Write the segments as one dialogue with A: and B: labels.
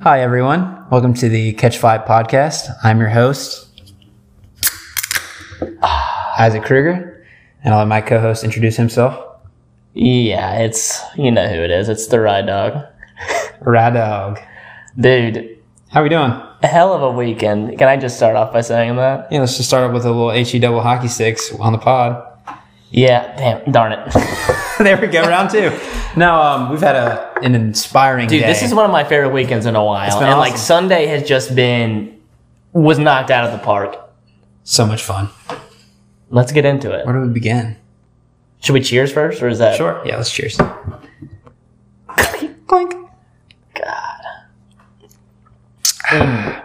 A: Hi, everyone. Welcome to the Catch Five podcast. I'm your host, Isaac Kruger, and I'll let my co host introduce himself.
B: Yeah, it's you know who it is. It's the Ride Dog,
A: Radog.
B: dude.
A: How we doing?
B: A hell of a weekend. Can I just start off by saying that?
A: Yeah, let's just start off with a little HE double hockey sticks on the pod.
B: Yeah, damn, darn it,
A: there we go, round two. Now, um, we've had a, an inspiring
B: dude.
A: day.
B: This is one of my favorite weekends in a while,
A: been
B: and like
A: awesome.
B: Sunday has just been was knocked out of the park.
A: so much fun.
B: Let's get into it.
A: Where do we begin?
B: Should we cheers first, or is that
A: Sure. Yeah, let's cheers. Clink.
B: God,
A: All right,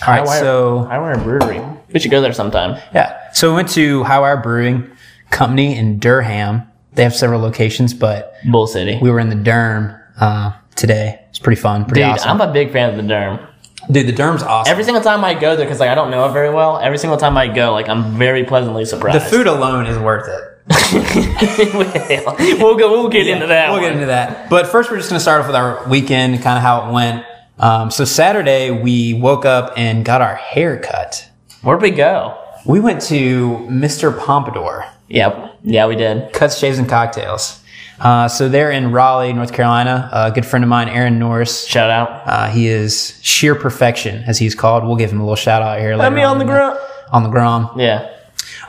B: High Wire-
A: so
B: I wear a brewery. We should go there sometime.
A: Yeah. So we went to Howire Brewing Company in Durham. They have several locations, but
B: Bull City,
A: we were in the Durham uh, today. It's pretty fun, pretty
B: dude.
A: awesome.
B: I'm a big fan of the Derm.
A: dude, the Durham's awesome.
B: Every single time I go there, because like I don't know it very well. Every single time I go, like I'm very pleasantly surprised.
A: the food alone is worth it.
B: well, we'll go. We'll get into that.
A: We'll get
B: one.
A: into that. But first, we're just going to start off with our weekend, kind of how it went. Um, so Saturday, we woke up and got our hair cut.
B: Where'd we go?
A: We went to Mr. Pompadour.
B: Yep. Yeah, we did.
A: Cuts, shaves, and cocktails. Uh, so they're in Raleigh, North Carolina. A good friend of mine, Aaron Norris,
B: Shout out.
A: Uh, he is sheer perfection, as he's called. We'll give him a little shout out here. Let
B: me on the grunt.
A: On the grom.
B: Yeah.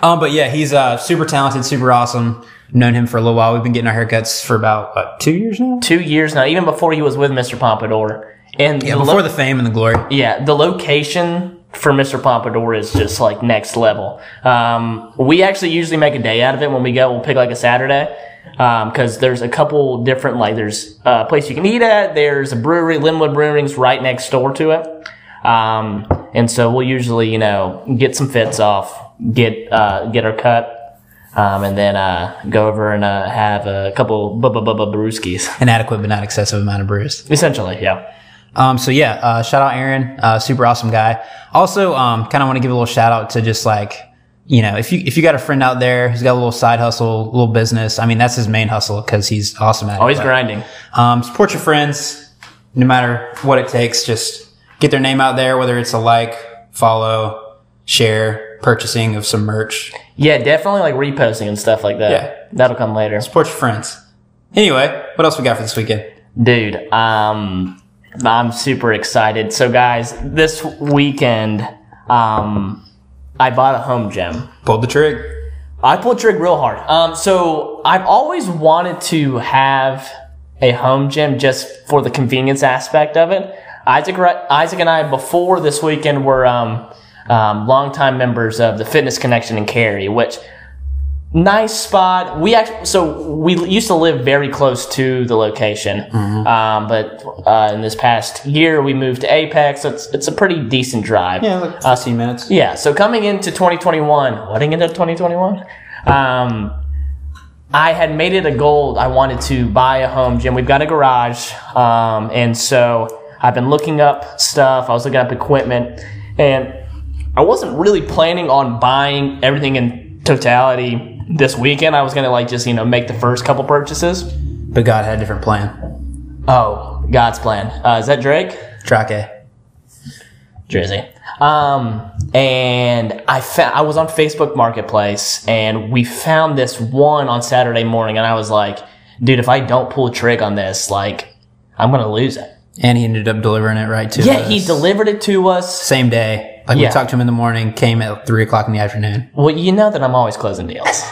A: Um, but yeah, he's uh, super talented, super awesome. Known him for a little while. We've been getting our haircuts for about what, two years now.
B: Two years now, even before he was with Mr. Pompadour, and
A: Yeah,
B: the
A: before
B: lo-
A: the fame and the glory.
B: yeah, the location for Mr. Pompadour is just like next level. Um, we actually usually make a day out of it when we go. We'll pick like a Saturday. Because there's a couple different, like, there's a place you can eat at, there's a brewery, Linwood Brewing's right next door to it. Um, and so we'll usually, you know, get some fits off, get, uh, get our cut, um, and then, uh, go over and, uh, have a couple bubba bubba brewskis.
A: An adequate but not excessive amount of brews.
B: Essentially, yeah.
A: Um, so yeah, uh, shout out Aaron, uh, super awesome guy. Also, um, kind of want to give a little shout out to just like, you know, if you if you got a friend out there who's got a little side hustle, little business. I mean, that's his main hustle because he's awesome at it.
B: Always
A: but-
B: grinding.
A: Um, support your friends, no matter what it takes. Just get their name out there, whether it's a like, follow, share, purchasing of some merch.
B: Yeah, definitely like reposting and stuff like that.
A: Yeah.
B: That'll come later.
A: Support your friends. Anyway, what else we got for this weekend?
B: Dude, um I'm super excited. So guys, this weekend um I bought a home gym.
A: Pulled the trigger.
B: I pulled trig real hard. Um so I've always wanted to have a home gym just for the convenience aspect of it. Isaac ri- Isaac and I before this weekend were um um, longtime members of the Fitness Connection in Cary, which nice spot. We actually, so we used to live very close to the location, um, but uh, in this past year we moved to Apex. It's it's a pretty decent drive.
A: Yeah, like 15 minutes.
B: Yeah, so coming into 2021, letting into 2021, um, I had made it a goal. I wanted to buy a home gym. We've got a garage, um, and so I've been looking up stuff. I was looking up equipment, and I wasn't really planning on buying everything in totality this weekend. I was gonna like just you know make the first couple purchases.
A: But God had a different plan.
B: Oh, God's plan. Uh, is that Drake?
A: Track A.
B: Jersey. Um, and I found I was on Facebook Marketplace, and we found this one on Saturday morning, and I was like, "Dude, if I don't pull a trig on this, like, I'm gonna lose it."
A: And he ended up delivering it right to
B: Yeah,
A: us.
B: he delivered it to us.
A: Same day. Like we
B: Yeah.
A: talked to him in the morning, came at 3 o'clock in the afternoon.
B: Well, you know that I'm always closing deals.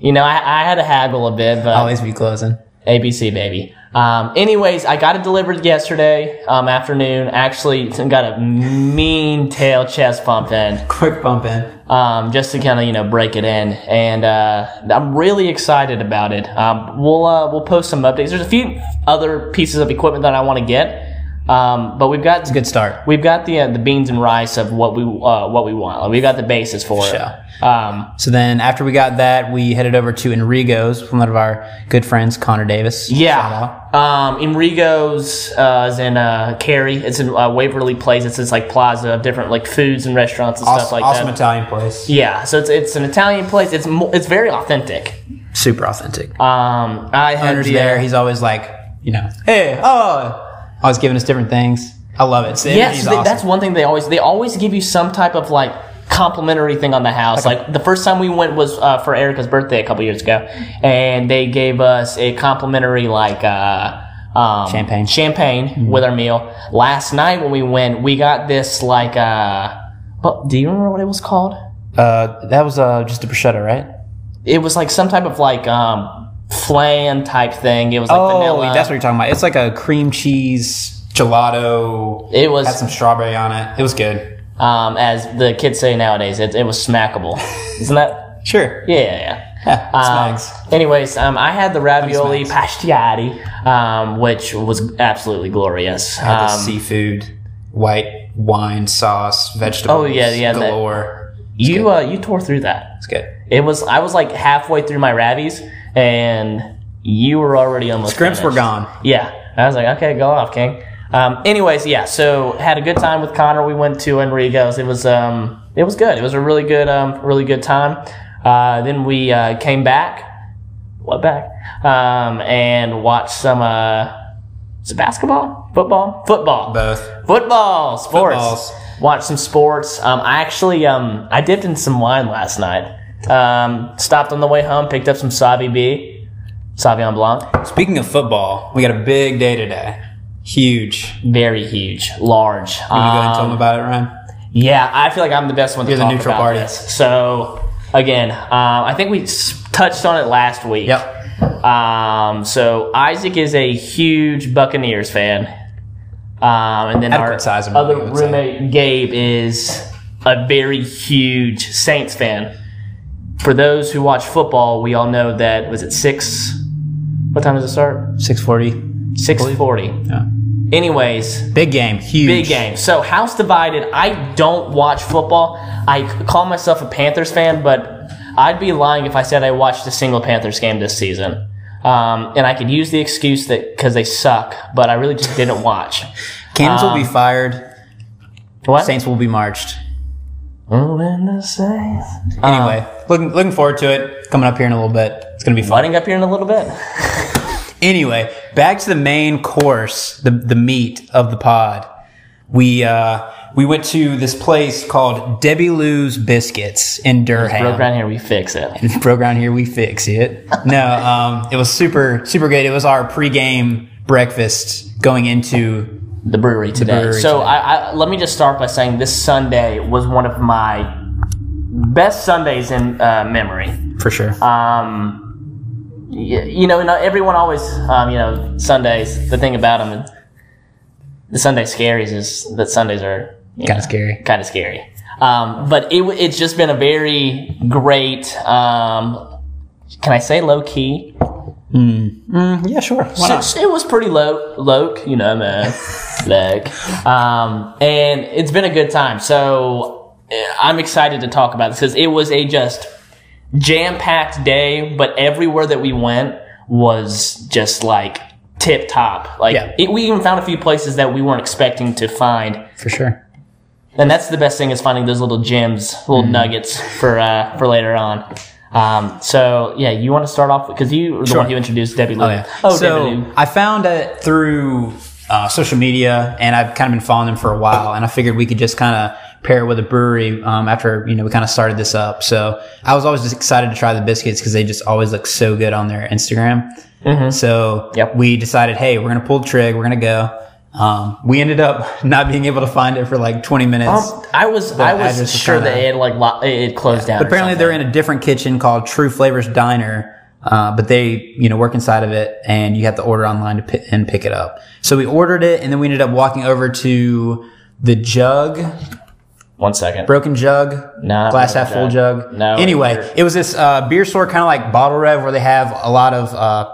B: You know, I, I had to haggle a bit, but
A: Always be closing.
B: ABC baby. Um, anyways, I got it delivered yesterday um, afternoon. Actually, got a mean tail chest pump in.
A: Quick bump in.
B: um, just to kind of you know break it in, and uh, I'm really excited about it. Um, we'll uh, we'll post some updates. There's a few other pieces of equipment that I want to get, um, but we've got
A: Good start.
B: we've got the uh, the beans and rice of what we uh, what we want. Like, we've got the basis for
A: Sure.
B: it. Um,
A: So then after we got that, we headed over to Enrico's, one of our good friends, Connor Davis.
B: yeah, um, Enrico's uh, is in uh, Cary. It's in uh, Waverly Place. It's this like plaza of different like foods and restaurants and stuff
A: Awesome,
B: like
A: awesome
B: that.
A: Italian place.
B: yeah, so it's it's an Italian place. It's mo- it's very authentic.
A: Super authentic.
B: Um, I had
A: Hunter's
B: the, uh,
A: there. He's always like, you know, hey, oh, always giving us different things. I love it. The
B: Yes,
A: energy's
B: th-
A: awesome.
B: that's one thing they always they always give you some type of like complimentary thing on the house. Like, the first time we went was uh, for Erica's birthday a couple years ago, and they gave us a complimentary like uh, um,
A: Champagne. Mm-hmm.
B: champagne with our meal. Last night when we went, we got this like uh, what, do you remember what it was called?
A: uh, that was uh, just a bruschetta, right?
B: It was like some type of like um, flan type thing. It was like
A: oh,
B: vanilla.
A: that's what you're talking about. It's like a cream cheese gelato.
B: it was
A: had some strawberry on it. It was good.
B: um, as the kids say nowadays, it, it was smackable. Isn't that?
A: Sure.
B: Yeah, yeah, yeah.
A: Yeah,
B: Um,
A: smacks.
B: anyways, um, I had the ravioli
A: Thanks,
B: pastiati, um, which was absolutely glorious.
A: Had the
B: Um, Oh,
A: seafood, white wine sauce, vegetables.
B: yeah, yeah, that-
A: galore.
B: you uh, you tore through that.
A: It's good.
B: It was I was like halfway through my ravies, and you were already almost.
A: Scrimps were
B: finished.
A: gone.
B: Yeah, I was like, okay, go off, King. Um, anyways, yeah, so had a good time with Connor. We went to Enrico's. It was um, it was good. It was a really good um, really good time. Uh, then we uh, came back, what back, um, and watched some uh, is it basketball, football, football,
A: Both.
B: football, sports.
A: Footballs.
B: Watched some sports. Um, I actually um, I dipped in some wine last night. Um, stopped on the way home, picked up some Savi B, Sauvignon Blanc.
A: Speaking of football, we got a big day today. Huge. You
B: very huge, large.
A: wanna go ahead and tell
B: Um,
A: them about it, Ryan?
B: yeah, I feel like I'm the best one to
A: You're the
B: talk
A: neutral
B: about
A: party.
B: this. So again, um, I think we s- touched on it last week.
A: Yep.
B: Um, so Isaac is a huge Buccaneers fan, um, and then
A: Adequate
B: our
A: size, I'm
B: other
A: gonna say.
B: roommate Gabe is a very huge Saints fan. For those who watch football, we all know that was it six. What time does it start?
A: 640.
B: Six forty.
A: Yeah.
B: Anyways,
A: Big game. Huge.
B: Big game. So house divided. I don't watch football. I c- call myself a Panthers fan, but I'd be lying if I said I watched a single Panthers game this season. Um, and I could use the excuse that because they suck, but I really just didn't watch.
A: Cannons will be fired.
B: What?
A: Saints will be marched.
B: Oh, and the Saints.
A: Anyway, looking looking forward to it. Coming up here in a little bit. It's gonna be fun.
B: Butting up here in a little bit.
A: Anyway, back to the main course, the the meat of the pod. We uh we went to this place called Debbie Lou's Biscuits in Durham.
B: Broke around here, we fix it.
A: program here we fix it no um, it was super super good it was our pregame breakfast going into
B: the brewery today.
A: brewery
B: so
A: today.
B: I, I, let me just start by saying this Sunday was one of my best Sundays in uh, memory.
A: for sure
B: um, you, you know, not everyone always, um, you know, Sundays. The thing about them, the Sunday scaries is that Sundays are
A: kind of scary
B: kind of scary. Um, but it, w- it's just been a very great. Um, can I say low key?
A: yeah sure why not
B: It was pretty low, low, you know, man, like, um, and it's been a good time. So eh, I'm excited to talk about this because it was a just jam-packed day, but everywhere that we went was just like tip top. Like
A: Yeah.
B: it, we even found a few places that we weren't expecting to find,
A: for sure
B: and that's the best thing is finding those little gems, little
A: Mm-hmm.
B: nuggets for uh, for later on. Um, so yeah, you want to start off because you were the
A: Sure.
B: one who introduced Debbie Lou.
A: oh yeah
B: Debbie Lou.
A: so i found it through uh, social media and i've kind of been following them for a while and i figured we could just kind of pair it with a brewery um, after you know we kind of started this up so i was always just excited to try the biscuits because they just always look so good on their instagram so
B: Mm-hmm. Yep.
A: we decided hey we're gonna pull the trig we're gonna go um, we ended up not being able to find it for like 20 minutes
B: Um, I was I was
A: address was
B: sure that
A: kinda-
B: it like lo- it it closed down. or
A: apparently
B: something.
A: they're in a different kitchen called True Flavors Diner, uh, but they you know work inside of it, and you have to order online to pi- and pick it up. So we ordered it, and then we ended up walking over to the jug,
B: one second.
A: broken jug,
B: No,
A: glass
B: not
A: half full
B: jug.
A: jug.
B: No,
A: Anyway,
B: beer.
A: it was this uh, beer store kind of like Bottle Rev, where they have a lot of uh,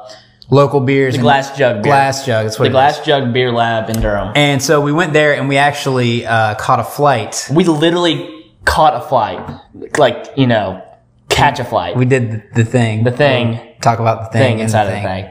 A: local beers. The
B: glass jug beer.
A: Glass jug. That's what
B: the
A: it is.
B: Glass Jug Beer Lab in Durham.
A: And so we went there, and we actually uh, caught a flight.
B: we literally caught a flight, like you know, catch a flight.
A: We did th- the thing.
B: the thing
A: Talk about the thing,
B: thing
A: and
B: inside of the thing.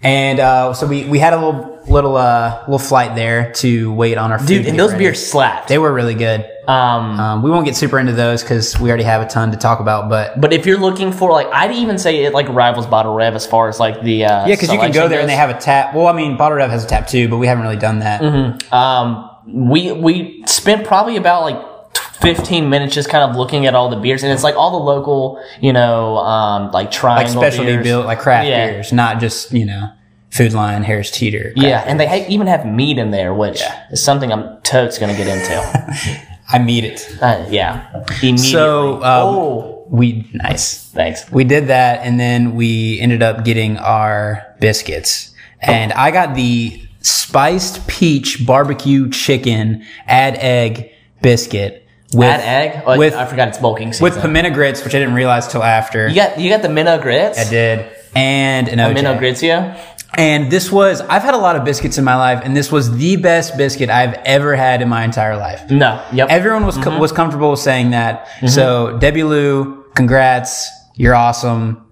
A: And uh, so we, we had a little little uh, little flight there to wait on our food.
B: Dude,
A: to
B: and
A: get
B: those
A: ready.
B: beers slapped.
A: they were really good.
B: um,
A: Um, we won't get super into those because we already have a ton to talk about. But
B: but if you're looking for like, I'd even say it like rivals Bottle Rev as far as like the uh,
A: yeah, because you can
B: selection
A: go there and
B: goes.
A: Mm-hmm. they have a tap. Well, I mean, Bottle Rev has a tap too, but we haven't really done that.
B: Um, we we spent probably about like t- 15 minutes just kind of looking at all the beers, and it's like all the local, you know, um, like
A: like
B: triangle
A: specialty
B: beers.
A: built, like craft
B: Yeah.
A: beers, not just you know Food Lion, Harris Teeter. craft
B: Yeah, and they ha- even have meat in there, which is something I'm totes gonna get into.
A: I meet it.
B: Uh, yeah, immediately.
A: So, um,
B: oh,
A: We nice.
B: thanks.
A: We did that, and then we ended up getting our biscuits, and I got the spiced peach barbecue chicken add egg biscuit with
B: Add egg. Oh,
A: with
B: I forgot it's bulking season.
A: with pimento grits, which I didn't realize till after.
B: you got you got the minnow grits.
A: I did. And an OJ.
B: Minnow Grizio?
A: And this was, I've had a lot of biscuits in my life, and this was the best biscuit I've ever had in my entire life.
B: No. Yep.
A: Everyone was
B: Mm-hmm.
A: com- was comfortable with saying that. So Debbie Lou, congrats, you're awesome.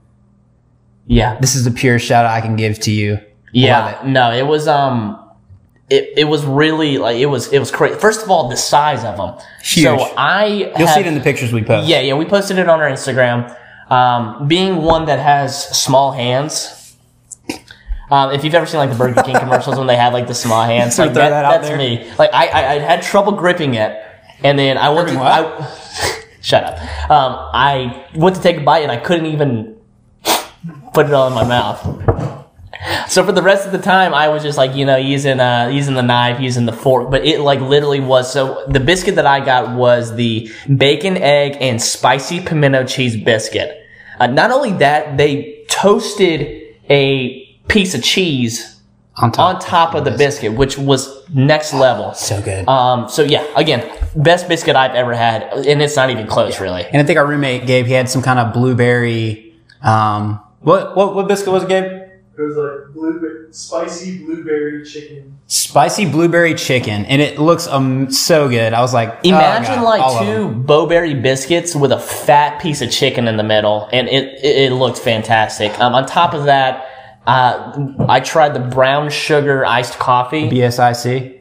B: yeah.
A: This is the pure shout out I can give to you.
B: Yeah. No, it was um it, it was really like it was it was crazy. First of all, the size of them. So
A: Huge.
B: I
A: You'll see it in the pictures we post.
B: Yeah, yeah, we posted it on our Instagram. Um, being one that has small hands, um, if you've ever seen like the Burger King commercials when they had like the small hands,
A: gonna
B: like,
A: throw
B: that,
A: that out
B: that's
A: there.
B: me. Like I, I, I had trouble gripping it, and then I went to
A: Gripping
B: I, shut up. Um, I went to take a bite and I couldn't even put it all in my mouth. So for the rest of the time, I was just like you know using uh, using the knife, using the fork, but it like literally was. So the biscuit that I got was the bacon, egg, and spicy pimento cheese biscuit. Uh, not only that, they toasted a piece of cheese
A: On top.
B: on top of the biscuit, which was next level.
A: so good.
B: Um, so yeah, again, best biscuit I've ever had, and it's not even close, really.
A: and I think our roommate Gabe, he had some kind of blueberry. Um, what what what biscuit was it, Gabe?
C: It was like blueberry, spicy blueberry chicken.
A: Spicy blueberry chicken, and it looks um so good. I was like, oh,
B: Imagine
A: God, all
B: like
A: of them.
B: two Bowberry biscuits with a fat piece of chicken in the middle, and it it, it looked fantastic. Um, on top of that, uh, I tried the brown sugar iced coffee.
A: BSIC.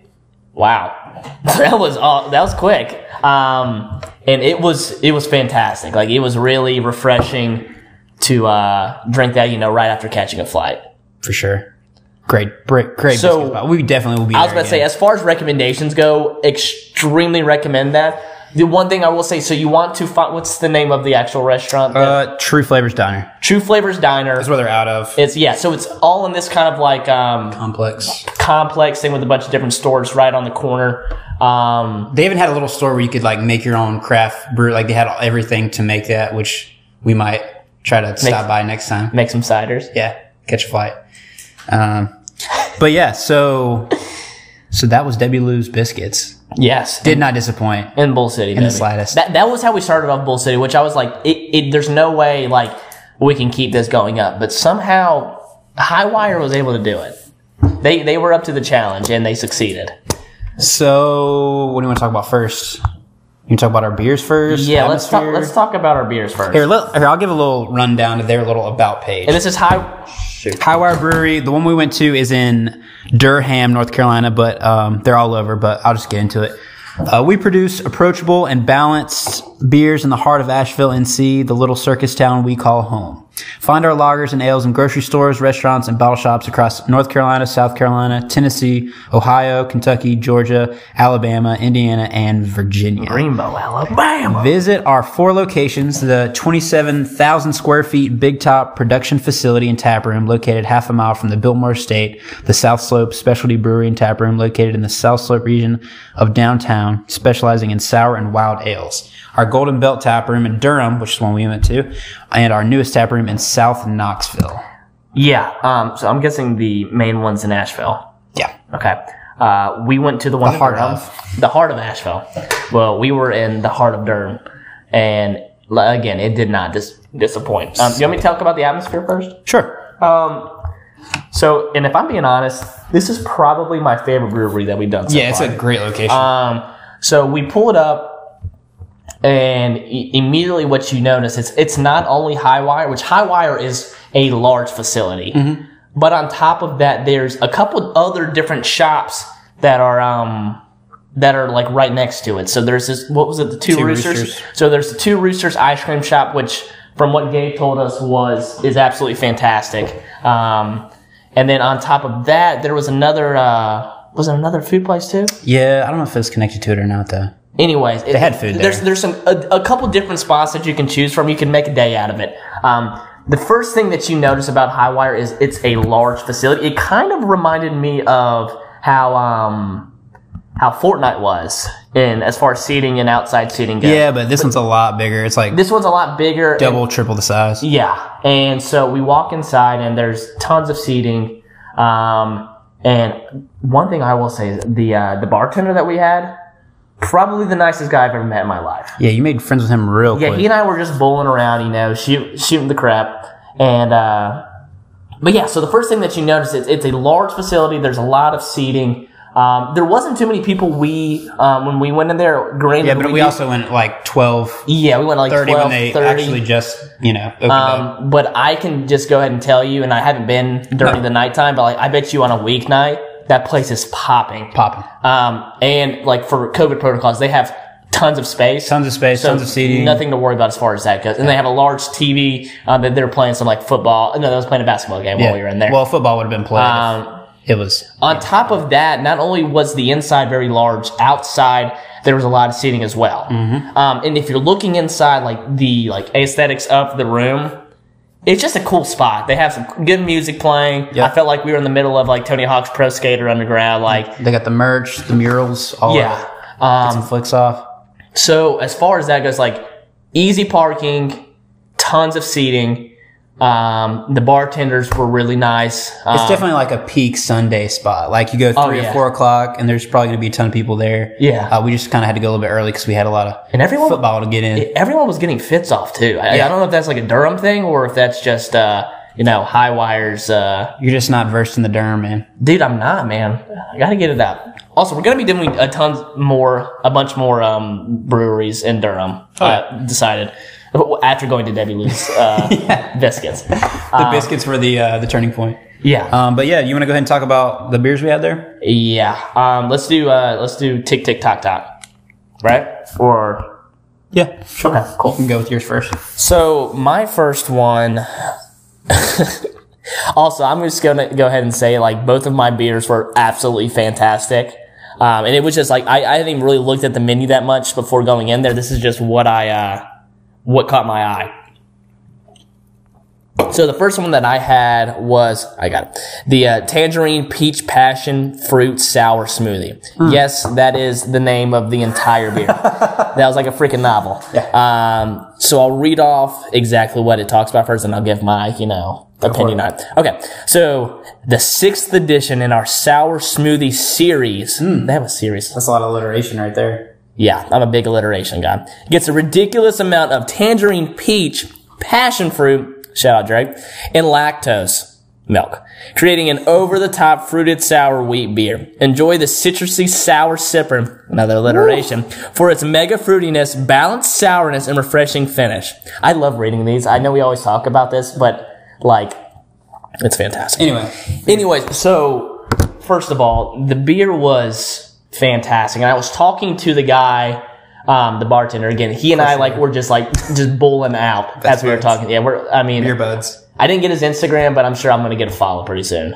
B: Wow, that was all. That was quick. Um, and it was it was fantastic. Like it was really refreshing to uh, drink that. You know, right after catching a flight.
A: for sure. Great, great, great.
B: So-
A: biscuits, but we definitely will be.
B: I was about to say, as far as recommendations go, extremely recommend that. The one thing I will say, so you want to find what's the name of the actual restaurant?
A: uh, True Flavors Diner.
B: True Flavors Diner.
A: That's where they're out of.
B: It's yeah, so it's all in this kind of like um,
A: Complex.
B: complex thing with a bunch of different stores right on the corner. Um,
A: They even had a little store where you could like make your own craft brew. Like they had everything to make that, which we might try to stop by next time.
B: make some ciders.
A: Yeah, catch a flight. Um, but yeah, so so that was Debbie Lou's biscuits.
B: Yes,
A: Did not disappoint.
B: in Bull City. In
A: the slightest.
B: That that was how we started off Bull City, which I was like, it, it, there's no way like we can keep this going up. But somehow Highwire was able to do it. They they were up to the challenge and they succeeded.
A: So what do you want to talk about first? You want to talk about our beers first?
B: Yeah, let's talk.
A: Atmosphere?
B: Let's talk about our beers first.
A: Here, let, here, I'll give a little rundown of their little about page.
B: And this is high.
A: Highwire Brewery. The one we went to is in Durham, North Carolina, but um, they're all over. But I'll just get into it. Uh, we produce approachable and balanced beers in the heart of Asheville, NC, the little circus town we call home. Find our lagers and ales in grocery stores, restaurants, and bottle shops across North Carolina, South Carolina, Tennessee, Ohio, Kentucky, Georgia, Alabama, Indiana, and Virginia.
B: Greenbow, Alabama.
A: Visit our four locations, the 27,000 square feet Big Top production facility and tap room located half a mile from the Biltmore Estate, the South Slope specialty brewery and tap room located in the South Slope region of downtown, specializing in sour and wild ales. Our Golden Belt tap room in Durham, which is one we went to, and our newest tap room in South Knoxville.
B: Yeah. Um. So I'm guessing the main one's in Asheville.
A: Yeah.
B: Okay. Uh, we went to the one in
A: heart
B: Durham.
A: of.
B: the heart of Asheville. Well, we were in the heart of Durham, and like, again, it did not dis- disappoint. Um, you want me to talk about the atmosphere first?
A: Sure.
B: Um, so, and if I'm being honest, this is probably my favorite brewery that we've done. So
A: Yeah, it's
B: far.
A: a great location.
B: Um, so we pull it up, and i- immediately what you notice it's it's not only high wire, which high wire is a large facility, but on top of that, there's a couple other different shops that are um that are like right next to it. So there's this what was it the two,
A: Two
B: roosters?
A: Roosters.
B: So there's the two roosters ice cream shop, which from what Gabe told us was is absolutely fantastic. Um, and then on top of that, there was another. Uh, was it another food place too?
A: Yeah, I don't know if it's connected to it or not though.
B: Anyways, they
A: had food
B: There's
A: there.
B: there's some a, a couple different spots that you can choose from. You can make a day out of it. Um, the first thing that you notice about Highwire is it's a large facility. It kind of reminded me of how um, how Fortnite was in as far as seating and outside seating goes.
A: Yeah, but this one's a lot bigger. It's like
B: This one's a lot bigger. and-
A: double, triple the size.
B: yeah. And so we walk inside and there's tons of seating. Um, and one thing I will say is the uh, the bartender that we had, probably the nicest guy I've ever met in my life.
A: Yeah, you made friends with him real
B: Yeah,
A: quick.
B: he and I were just bowling around, you know, shoot, shooting the crap. And, uh, but yeah, so the first thing that you notice is it's a large facility. There's a lot of seating. Um, there wasn't too many people we, um, when we went in there. Granted,
A: yeah, but we,
B: did-
A: also went like 12,
B: yeah, we went like
A: 30
B: 12,
A: when they
B: 30.
A: actually just, you know, opened up.
B: Um, but I can just go ahead and tell you, and I haven't been during the nighttime, but like I bet you on a weeknight that place is popping.
A: Popping.
B: Um, and like for COVID protocols, they have tons of space,
A: Tons of space, tons of seating.
B: nothing to worry about as far as that goes. And they have a large TV um, that they're playing some like football. No, they was playing a basketball game
A: Yeah.
B: while we were in there.
A: Well, football would have been played. if
B: um,
A: it was
B: on top of that, not only was the inside very large, outside there was a lot of seating as well.
A: Mm-hmm.
B: Um, and if you're looking inside, like the like aesthetics of the room, it's just a cool spot. They have some good music playing.
A: Yeah.
B: I felt like we were in the middle of like Tony Hawk's Pro Skater Underground. Like,
A: They got the merch, the murals, all yeah.
B: yeah. Um,
A: Some flicks off.
B: so as far as that goes, like easy parking, tons of seating. Um, the bartenders were really nice. Um, Oh,
A: It's definitely like a peak Sunday spot. Like you go three
B: yeah.
A: or four o'clock, and there's probably going to be a ton of people there.
B: Yeah.
A: uh, we just kind of had to go a little bit early because we had a lot of
B: and everyone
A: football to get in.
B: everyone was getting fits off too. I, I
A: Yeah.
B: don't know if that's like a Durham thing or if that's just uh, you know high wires. Uh,
A: You're just not versed in the derm, man.
B: dude, I'm not man. I gotta get it up. Also, we're gonna be doing a tons more, a bunch more um, breweries in Durham. uh, decided after going to Debbie Lou's uh, biscuits. Um,
A: The biscuits were the uh, the turning point.
B: Yeah,
A: Um, but yeah, you want to go ahead and talk about the beers we had there?
B: yeah. Um, let's do uh, let's do tick tick tock tock, right? Or
A: Yeah, sure.
B: okay, cool.
A: You can go with yours first.
B: So my first one. also, I'm just gonna go ahead and say like both of my beers were absolutely fantastic, um, and it was just like I, I hadn't even really looked at the menu that much before going in there. This is just what I uh, what caught my eye. So the first one that I had was I got it, the uh, tangerine peach passion fruit sour smoothie. Yes, that is the name of the entire beer. that was like a freaking novel. Um, so I'll read off exactly what it talks about first, and I'll give my you know opinion on it. Okay, so the sixth edition in our sour smoothie series. They have a series.
A: That's a lot of alliteration right there.
B: Yeah, I'm a big alliteration guy. Gets a ridiculous amount of tangerine peach, passion fruit, shout out Drake, and lactose milk, creating an over-the-top fruited sour wheat beer. Enjoy the citrusy sour sipper, another alliteration, for its mega fruitiness, balanced sourness, and refreshing finish. I love reading these. I know we always talk about this, but like, it's fantastic.
A: Anyway,
B: Anyways, so first of all, the beer was fantastic, and I was talking to the guy, um, the bartender again. He and I like were just like just bowling out as we were
A: buds.
B: talking. Yeah, we're. I mean,
A: beer buds.
B: I didn't get his Instagram, but I'm sure I'm gonna get a follow pretty soon.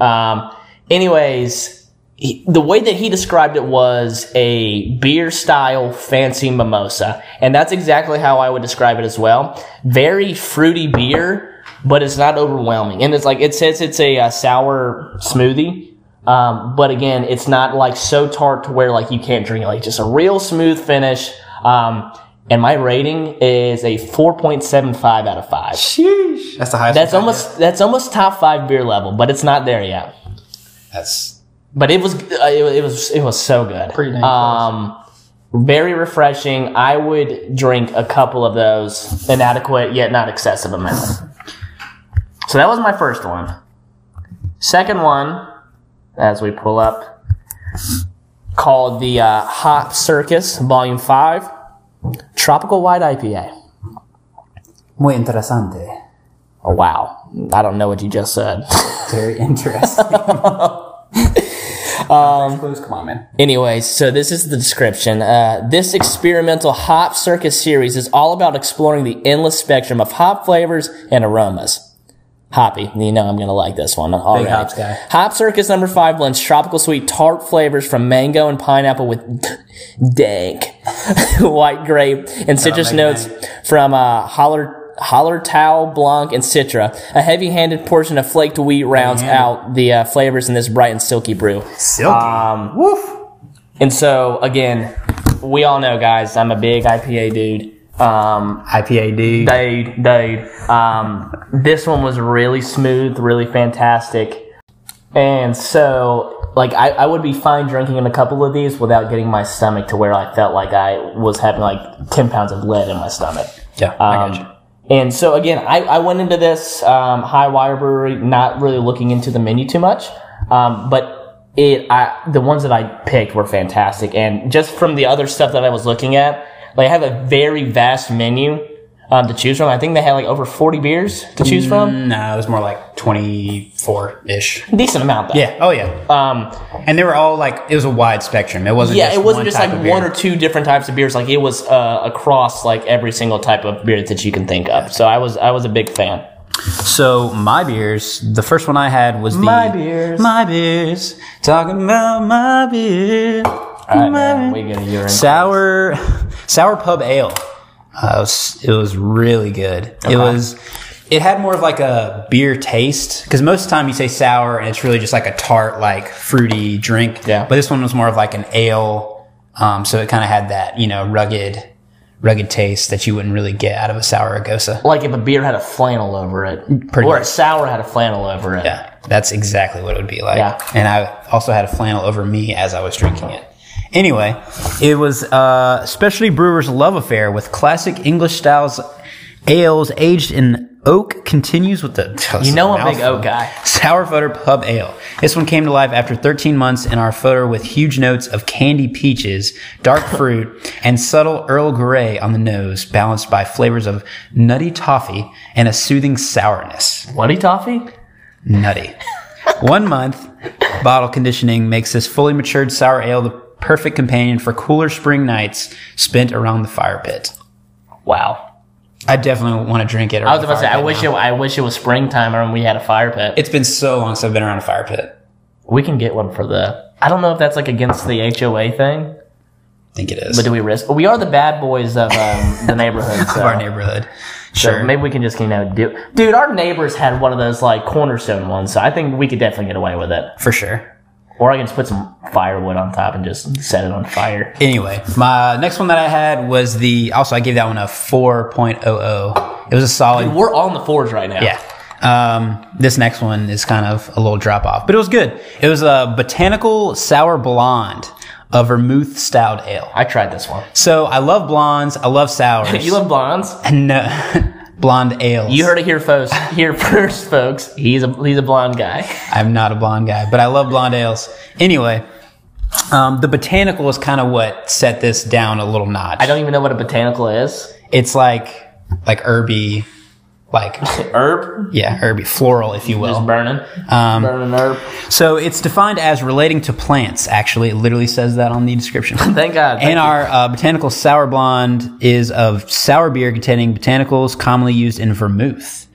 B: Um, anyways, he, the way that he described it was a beer style fancy mimosa, and that's exactly how I would describe it as well. Very fruity beer, but it's not overwhelming, and it's like it says it's a, uh sour smoothie. Um, but again, it's not like so tart to where like you can't drink it. Like just a real smooth finish. Um, and my rating is a 4.75 out of 5.
A: Sheesh. That's the highest.
B: That's
A: we've had
B: almost that's almost top five beer level, but it's not there yet.
A: yet. That's
B: But it was uh, it, wa- it was it was so good.
A: Pretty dang
B: um, very refreshing. I would drink a couple of those, an adequate yet not excessive amount. So that was my first one. Second one, as we pull up, called the uh, Hop Circus Volume Five, Tropical White IPA.
A: muy interesante.
B: Oh wow, I don't know what you just said.
A: Very interesting. Um, clues, come on, man.
B: Anyways, so this is the description. Uh, this experimental hop circus series is all about exploring the endless spectrum of hop flavors and aromas. Hoppy. You know I'm going to like this one. All right.
A: hops guy.
B: Hop Circus number five blends tropical sweet tart flavors from mango and pineapple with dank white grape and citrus
A: make
B: notes from uh, holler. Hollertau, Blanc, and Citra. A heavy-handed portion of flaked wheat rounds out the uh, flavors in this bright and silky brew.
A: Silky. Um,
B: And so, again, we all know, guys, I'm a big IPA dude. Um,
A: IPA dude.
B: dude, dude. Um, this one was really smooth, really fantastic. And so, like, I, I would be fine drinking a couple of these without getting my stomach to where I felt like I was having like 10 pounds of lead in my stomach.
A: Yeah, I
B: Um,
A: got you.
B: And so again, I, I went into this um, High Wire Brewery not really looking into the menu too much, um, but it I, the ones that I picked were fantastic. And just from the other stuff that I was looking at, like I have a very vast menu um, to choose from. I think they had like over forty beers to choose from,
A: No, Um, it was more like 24 ish.
B: decent amount though.
A: Mm. Yeah. Oh, yeah.
B: Um,
A: And they were all like, it was a wide spectrum. It wasn't
B: yeah,
A: just
B: it wasn't
A: one
B: just
A: type
B: like
A: of
B: one
A: beer.
B: or two different types of beers. Like it was uh, across like every single type of beer that you can think of. So I was I was a big fan.
A: So, my beers, the first one I had was the.
B: My beers.
A: My beers. Talking about my beer.
B: All right, man, we get a urine.
A: sour sour pub ale. Uh, it, was, it was really good. It was. It had more of like a beer taste because most of the time you say sour and it's really just like a tart, like fruity drink.
B: Yeah.
A: But this one was more of like an ale, um, so it kind of had that you know rugged, rugged taste that you wouldn't really get out of a sour agosa.
B: like if a beer had a flannel over it,
A: Pretty
B: or a
A: much.
B: sour had a flannel over it.
A: Yeah, that's exactly what it would be like.
B: Yeah.
A: And I also had a flannel over me as I was drinking it. Anyway, it was uh, Specialty Brewers Love Affair with classic English styles ales aged in oak continues with the.
B: You know I'm a big oak guy.
A: Sour Footer Pub Ale. This one came to life after 13 months in our footer with huge notes of candy peaches, dark fruit, and subtle Earl Grey on the nose, balanced by flavors of nutty toffee and a soothing sourness
B: Bloody toffee?
A: nutty. One month bottle conditioning makes this fully matured sour ale the perfect companion for cooler spring nights spent around the fire pit.
B: Wow.
A: I definitely want to drink it.
B: I was about to say I wish it I wish it was springtime and we had a fire pit.
A: It's been so long since I've been around a fire pit.
B: we can get one for the I don't know if that's like against the HOA thing,
A: I think it is
B: but do we risk we are the bad boys of um, the neighborhood. So.
A: of our neighborhood.
B: So
A: Sure.
B: Maybe we can just you know do dude, our neighbors had one of those like cornerstone ones, so I think we could definitely get away with it.
A: for sure.
B: Or I can just put some firewood on top and just set it on fire.
A: Anyway, my next one that I had was the also I gave that one a 4.00. oh. It was a solid
B: We're on the fours right now.
A: Yeah. Um, this next one is kind of a little drop off, but it was good. It was a botanical sour blonde, a vermouth stout ale.
B: I tried this one.
A: So I love blondes. I love sours.
B: You love blondes?
A: and no, blonde ales.
B: You heard it here first. Here first, folks. He's a he's a blonde guy.
A: I'm not a blonde guy, but I love blonde ales. Anyway, um, the botanical is kind of what set this down a little notch.
B: I don't even know what a botanical is.
A: it's like like herby, like
B: Herb.
A: yeah, herby floral, if you
B: Just
A: will.
B: burning.
A: Um,
B: burning herb.
A: So it's defined as relating to plants. Actually, it literally says that on the description.
B: Thank God.
A: And our uh, botanical sour blonde is of sour beer containing botanicals commonly used in vermouth,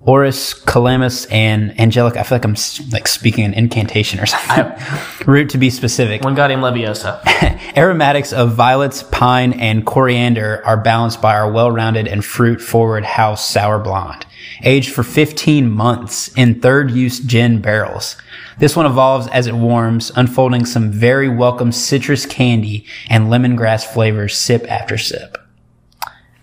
A: orris, calamus, and angelic. I feel like I'm s- like speaking an incantation or something. Root to be specific.
B: One goddamn Leviosa.
A: Aromatics of violets, pine, and coriander are balanced by our well-rounded and fruit-forward house sour blonde, aged for 15 months in third-use gin barrels. This one evolves as it warms, unfolding some very welcome citrus candy and lemongrass flavors sip after sip.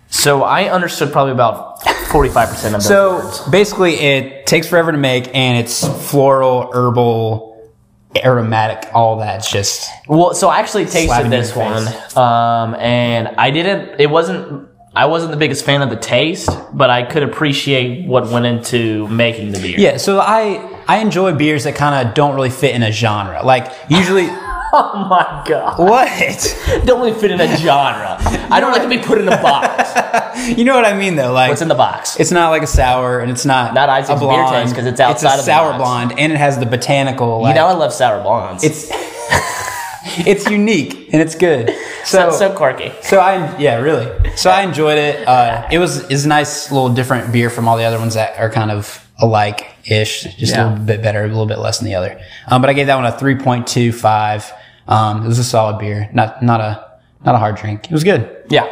B: So I understood probably about forty five percent of those
A: So
B: words.
A: basically, it takes forever to make, and it's floral, herbal, aromatic, all that's just
B: Well, so I actually tasted
A: Slapping
B: this
A: you in the
B: one, um, and I didn't. It wasn't. I wasn't the biggest fan of the taste, but I could appreciate what went into making the beer.
A: yeah. So I I enjoy beers that kind of don't really fit in a genre. Like usually.
B: Oh my god!
A: What?
B: Don't really fit in a genre. I don't like to be put in a box.
A: You know what I mean, though. Like,
B: What's in the box?
A: it's not like a sour, and it's not
B: Not Isaac's beer taste 'cause it's outside
A: It's a
B: of the
A: sour
B: box.
A: blonde, and it has the botanical.
B: You
A: Like,
B: know, I love sour blondes. It's
A: it's it's unique and it's good. So
B: so, so quirky.
A: so I yeah really. So I enjoyed it. Uh, it was is a nice little different beer from all the other ones that are kind of alike ish, just
B: Yeah.
A: a little bit better, a little bit less than the other. Um, but I gave that one a 3.25. Um, it was a solid beer, not, not a, not a hard drink. It was good.
B: Yeah.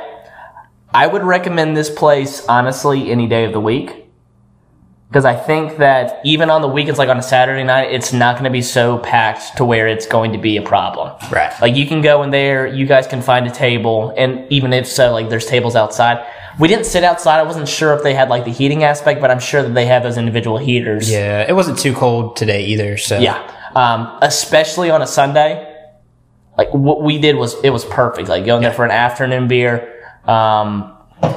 B: I would recommend this place, honestly, any day of the week. Because I think that even on the weekends, like on a Saturday night, it's not going to be so packed to where it's going to be a problem.
A: Right.
B: Like you can go in there, you guys can find a table, and even if so, like there's tables outside. We didn't sit outside. I wasn't sure if they had like the heating aspect, but I'm sure that they have those individual heaters.
A: Yeah. It wasn't too cold today either. So
B: Yeah. Um, especially on a Sunday. Like what we did was it was perfect. Like going there for an afternoon beer. Um,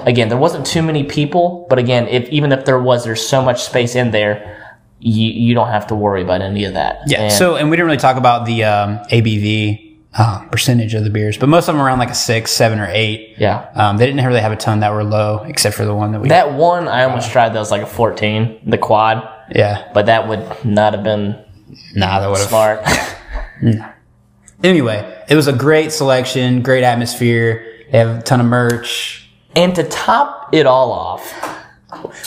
B: again, there wasn't too many people, but again, if even if there was, there's so much space in there, you you don't have to worry about any of that.
A: Yeah.
B: And-
A: so, and we didn't really talk about the um, ABV uh, percentage of the beers, but most of them were around like a six, seven, or eight.
B: yeah.
A: Um, they didn't really have a ton that were low, except for the one that we.
B: That one I almost tried that was like a 14, the quad,
A: yeah.
B: but that would not have been
A: Nah, that would have.
B: smart.
A: Anyway, it was a great selection, great atmosphere. They have a ton of merch.
B: and to top it all off,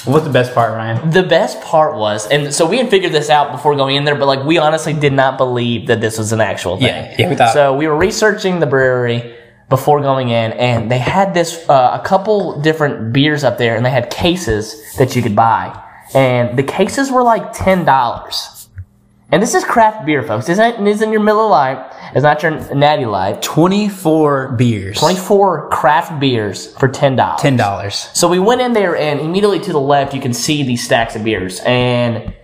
A: What's the best part, Ryan?
B: The best part was, and so we had figured this out before going in there, but like we honestly did not believe that this was an actual thing.
A: Yeah, yeah, we thought-
B: So we were researching the brewery before going in, and they had this uh, a couple different beers up there, and they had cases that you could buy, and the cases were like ten dollars. And this is craft beer, folks. This isn't, this isn't your Miller Lite. It's not your Natty Light.
A: 24 beers.
B: Twenty-four craft beers for ten dollars.
A: $10.
B: So we went in there, and immediately to the left, you can see these stacks of beers. And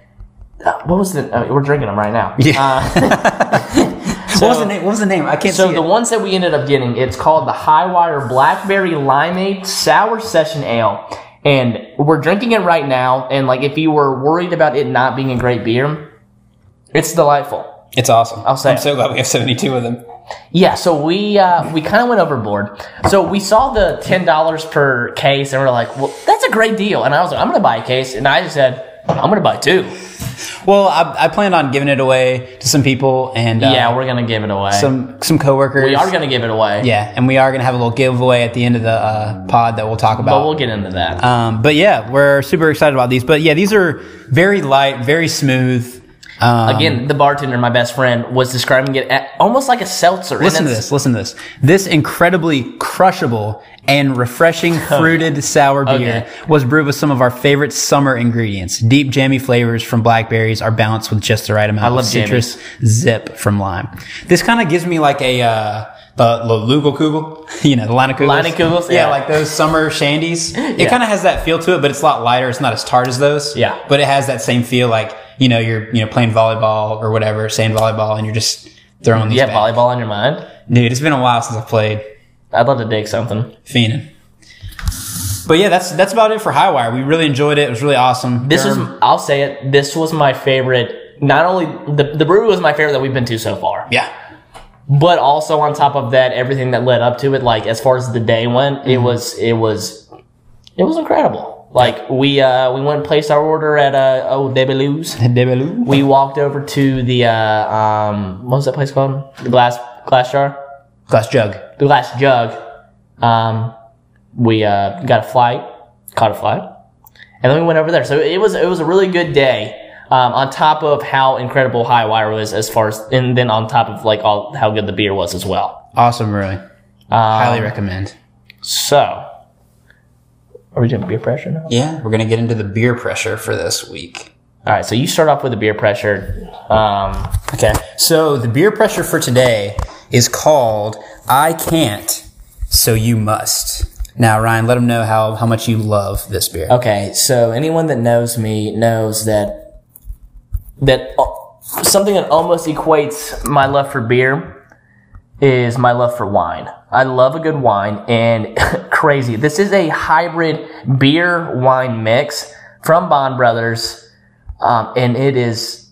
B: uh, what was the? Uh, we're drinking them right now.
A: Yeah.
B: Uh,
A: what was the name? What was the name? I can't
B: so
A: see
B: the
A: it.
B: ones that we ended up getting, it's called the High Wire Blackberry Limeade Sour Session Ale, and we're drinking it right now. And like, if you were worried about it not being a great beer, it's delightful.
A: It's awesome.
B: I'll say
A: I'm
B: it.
A: so glad we have 72 of them.
B: Yeah, so we uh, we kind of went overboard. So we saw the ten dollars per case, and we're like, "Well, that's a great deal." And I was like, "I'm gonna buy a case," and I just said, "I'm gonna buy two.
A: Well, I, I planned on giving it away to some people and uh,
B: yeah, we're gonna give it away.
A: some some coworkers.
B: we are gonna give it away.
A: Yeah, and we are going to have a little giveaway at the end of the uh, pod that we'll talk about.
B: but we'll get into that.
A: um, but yeah, we're super excited about these. But yeah, these are very light, very smooth. Um,
B: Again, the bartender, my best friend, was describing it at, almost like a seltzer. and
A: listen to
B: it's-
A: this. Listen to this. This incredibly crushable and refreshing fruited sour beer was brewed with some of our favorite summer ingredients. Deep jammy flavors from blackberries are balanced with just the right amount
B: love
A: of citrus zip from lime. This kind of gives me like a. Uh, the, the Lugal Kugel, you know, the Line of Kugels.
B: Line of Kugels,
A: Yeah,
B: yeah.
A: like those summer shandies. It
B: Yeah.
A: kind of has that feel to it, but it's a lot lighter. It's not as tart as those.
B: Yeah.
A: But it has that same feel like, you know, you're, you know, playing volleyball or whatever, sand volleyball, and you're just throwing these
B: You have
A: back.
B: volleyball on your mind?
A: Dude, it's been a while since I've played
B: I'd love to dig something.
A: Phenon. But yeah, that's that's about it for Highwire. We really enjoyed it. It was really awesome.
B: This
A: Durham-
B: was, I'll say it. This was my favorite. Not only the the brewery was my favorite that we've been to so far.
A: yeah,
B: but also on top of that everything that led up to it like as far as the day went it
A: Mm-hmm.
B: was it was it was incredible like we uh we went and placed our order at uh oh Debelu's.
A: Debelou.
B: we walked over to the uh um what was that place called the glass glass jar
A: glass jug.
B: the glass jug um we uh got a flight caught a flight and then we went over there so it was it was a really good day um, on top of how incredible high wire was as far as and then on top of like all how good the beer was as well
A: Awesome, really. Highly recommend.
B: So, are we doing beer pressure now?
A: Yeah, we're gonna get into the beer pressure for this week.
B: All right. So you start off with the beer pressure. Um,
A: Okay, so the beer pressure for today is called "I Can't, So You Must." Now, Ryan, let them know how how much you love this beer.
B: okay. So anyone that knows me knows that that uh, something that almost equates my love for beer is my love for wine. I love a good wine, and crazy. This is a hybrid beer wine mix from Bond Brothers, um, and it is.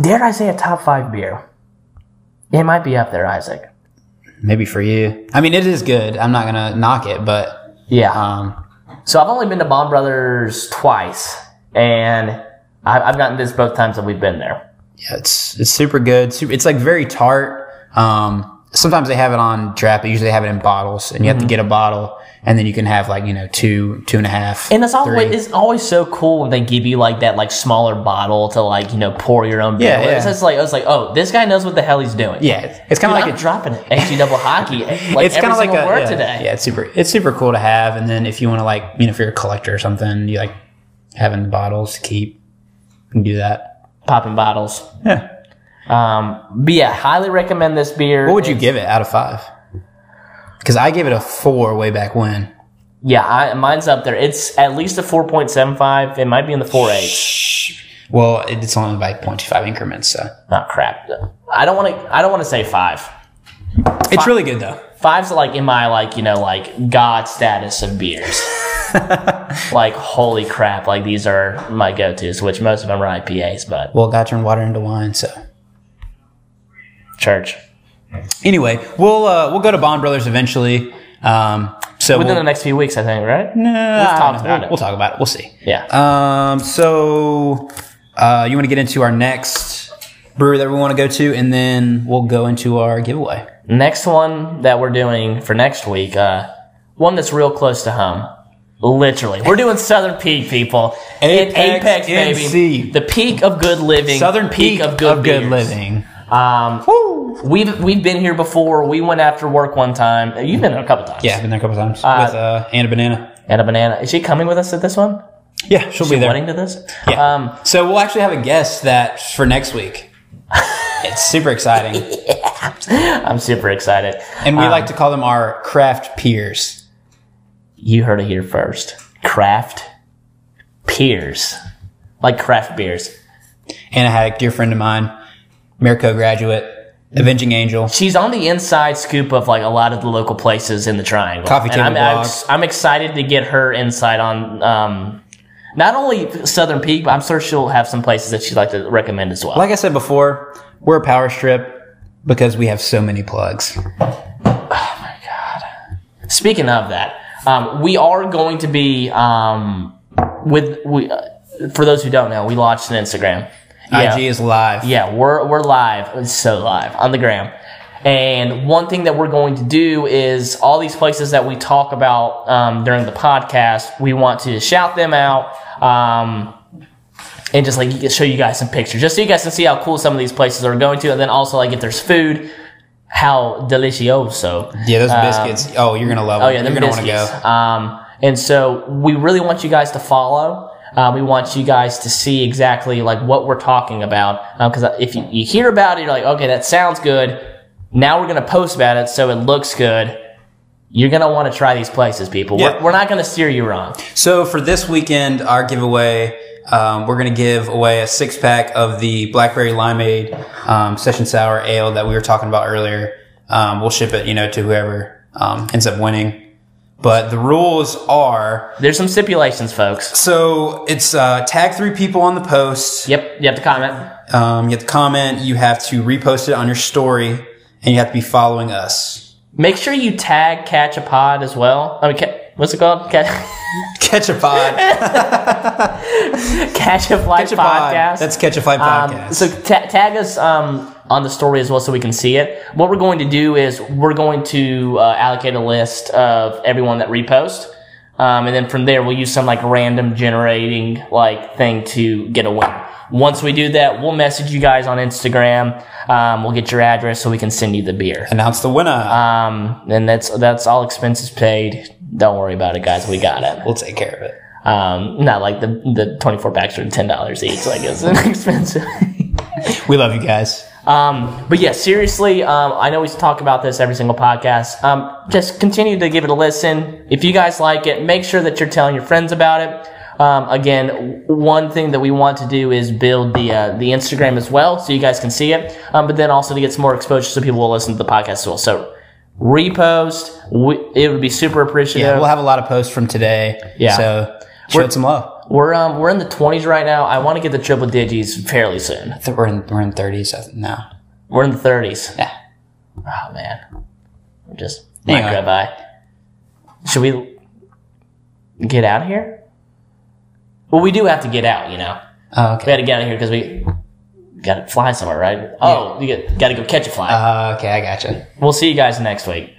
B: Dare I say a top five beer? It might be up there, Isaac.
A: Maybe for you. I mean, it is good. I'm not gonna knock it, but
B: Yeah.
A: um,
B: So I've only been to Bond Brothers twice, and I- I've gotten this both times that we've been there.
A: Yeah, it's it's super good. Super, it's like very
B: Mm-hmm.
A: tart. Um, sometimes they have it on draft, but usually they have it in bottles, and you have to get a bottle and then you can have like you know two, two and a half,
B: And it's always
A: three.
B: it's always so cool when they give you like that like smaller bottle to like you know pour your own beer.
A: Yeah,
B: with.
A: yeah.
B: It's just like I was like, oh, this guy knows what the hell he's doing.
A: yeah, it's kind of
B: Dude,
A: like
B: I'm
A: a-
B: dropping it. XG double hockey. eh, Like
A: it's
B: every
A: kind of like
B: single
A: a
B: word
A: yeah,
B: today.
A: yeah, it's super. It's super cool to have, and then if you want to like you know if you're a collector or something, you like having the bottles to keep, you can do that.
B: Popping bottles.
A: Yeah.
B: Um, but yeah, highly recommend this beer.
A: What would you give it out of five? Because I gave it a four way back when.
B: Yeah, I, mine's up there. It's at least a four point seven five. It might be in the four eight.
A: Well, it's only by 0.25 increments, so
B: Oh crap. I don't want to. I don't want to say five.
A: it's really good though.
B: Five's like in my like you know like god status of beers. like holy crap! Like these are my go tos, which most of them are IPAs. But
A: Well, got turned water into wine, so.
B: church
A: Anyway, we'll uh, we'll go to Bond Brothers eventually. Um, so
B: within the
A: we'll,
B: next few weeks, I think. Right?
A: Nah, I don't
B: talk
A: know.
B: about
A: we'll,
B: it.
A: we'll talk about it. We'll see.
B: Yeah.
A: Um, so uh, you want to get into our next brewery that we want to go to, and then we'll go into our giveaway.
B: Next one that we're doing for next week, uh, one that's real close to home. Literally, we're doing Southern Peak, people. In
A: Apex, NC.
B: the peak of good living.
A: Southern Peak, of Good,
B: beers.
A: Living.
B: Um, we've we've been here before. We went after work one time. You've been a couple times.
A: Yeah, I've been there a couple times with uh, and a banana.
B: And a banana. Is she coming with us at this one?
A: Yeah, she'll be
B: Wedding
A: there.
B: to this?
A: Yeah.
B: Um,
A: so we'll actually have a guest that for next week. it's super exciting,
B: I'm super excited.
A: and we like to call them our craft peers.
B: You heard it here first. Craft peers, like craft beers.
A: And I had a dear friend of mine, Mirko graduate, Avenging Angel.
B: She's on the inside scoop of like a lot of the local places in the triangle.
A: Coffee
B: And
A: table
B: I'm,
A: blog.
B: ex- I'm excited to get her insight on um, not only Southern Peak, but I'm sure she'll have some places that she'd like to recommend as well.
A: Like I said before, we're a power strip because we have so many plugs.
B: Speaking of that, um, we are going to be um, with we. Uh, for those who don't know, we launched an Instagram. Yeah.
A: IG is live.
B: Yeah, we're we're live. It's so live on the gram. And one thing that we're going to do is all these places that we talk about um, during the podcast, we want to shout them out um, and just like show you guys some pictures, just so you guys can see how cool some of these places are going to, and then also like if there's food, how delicioso.
A: Yeah, those biscuits. Oh, you're gonna love them.
B: Um, Oh yeah,
A: you're
B: them
A: gonna
B: biscuits.
A: want to
B: Um, and so we really want you guys to follow. Uh, we want you guys to see exactly like what we're talking about because if you, you hear about it, you're like, okay, that sounds good. Now we're gonna post about it so it looks good. You're gonna want to try these places, people.
A: Yeah.
B: We're, we're not gonna steer you wrong.
A: go. So for this weekend, our giveaway, um, we're gonna give away a six pack of the blackberry limeade um, session sour ale that we were talking about earlier. Um, we'll ship it, you know, to whoever um, ends up winning. But the rules are
B: There's some stipulations, folks.
A: so it's uh, tag three people on the post.
B: Yep, you have to comment.
A: Um, you have to comment. You have to repost it on your story, and you have to be following us.
B: Make sure you tag catch a pod as well. I mean, ca- what's it called? Catch,
A: Catch a pod.
B: catch a flight
A: Catch a pod.
B: podcast.
A: That's catch a flight podcast.
B: Um, so ta- tag us um, on the story as well, so we can see it. What we're going to do is we're going to uh, allocate a list of everyone that repost, um, and then from there we'll use some like random generating like thing to get a win. Once we do that, we'll message you guys on Instagram. Um, we'll get your address so we can send you the beer.
A: announce the winner.
B: Um, and that's that's all expenses paid. Don't worry about it, guys. We got it.
A: we'll take care of it.
B: Um, not like the the twenty four packs are ten dollars each. Like it's expensive.
A: We love you guys.
B: Um, but yeah, seriously, um, I know we talk about this every single podcast. Um, just continue to give it a listen. If you guys like it, make sure that you're telling your friends about it. Um, again, w- one thing that we want to do is build the uh, the Instagram as well, so you guys can see it. Um, but then also to get some more exposure, so people will listen to the podcast as well. So repost, we, it would be super appreciative.
A: Yeah, we'll have a lot of posts from today.
B: Yeah.
A: So show it some love.
B: we're um, we're in the twenties right now. I want to get the triple digits fairly soon.
A: I think we're in we're in thirties now.
B: We're in the thirties.
A: Yeah.
B: Oh man, I'm just
A: Anyway.
B: micro by. Should we get out of here? Well, we do have to get out. You know,
A: Oh,
B: we
A: okay.
B: had to get out of here because we got to fly somewhere, right? Oh, you got to go catch a fly.
A: Uh, okay, I gotcha.
B: we'll see you guys next week.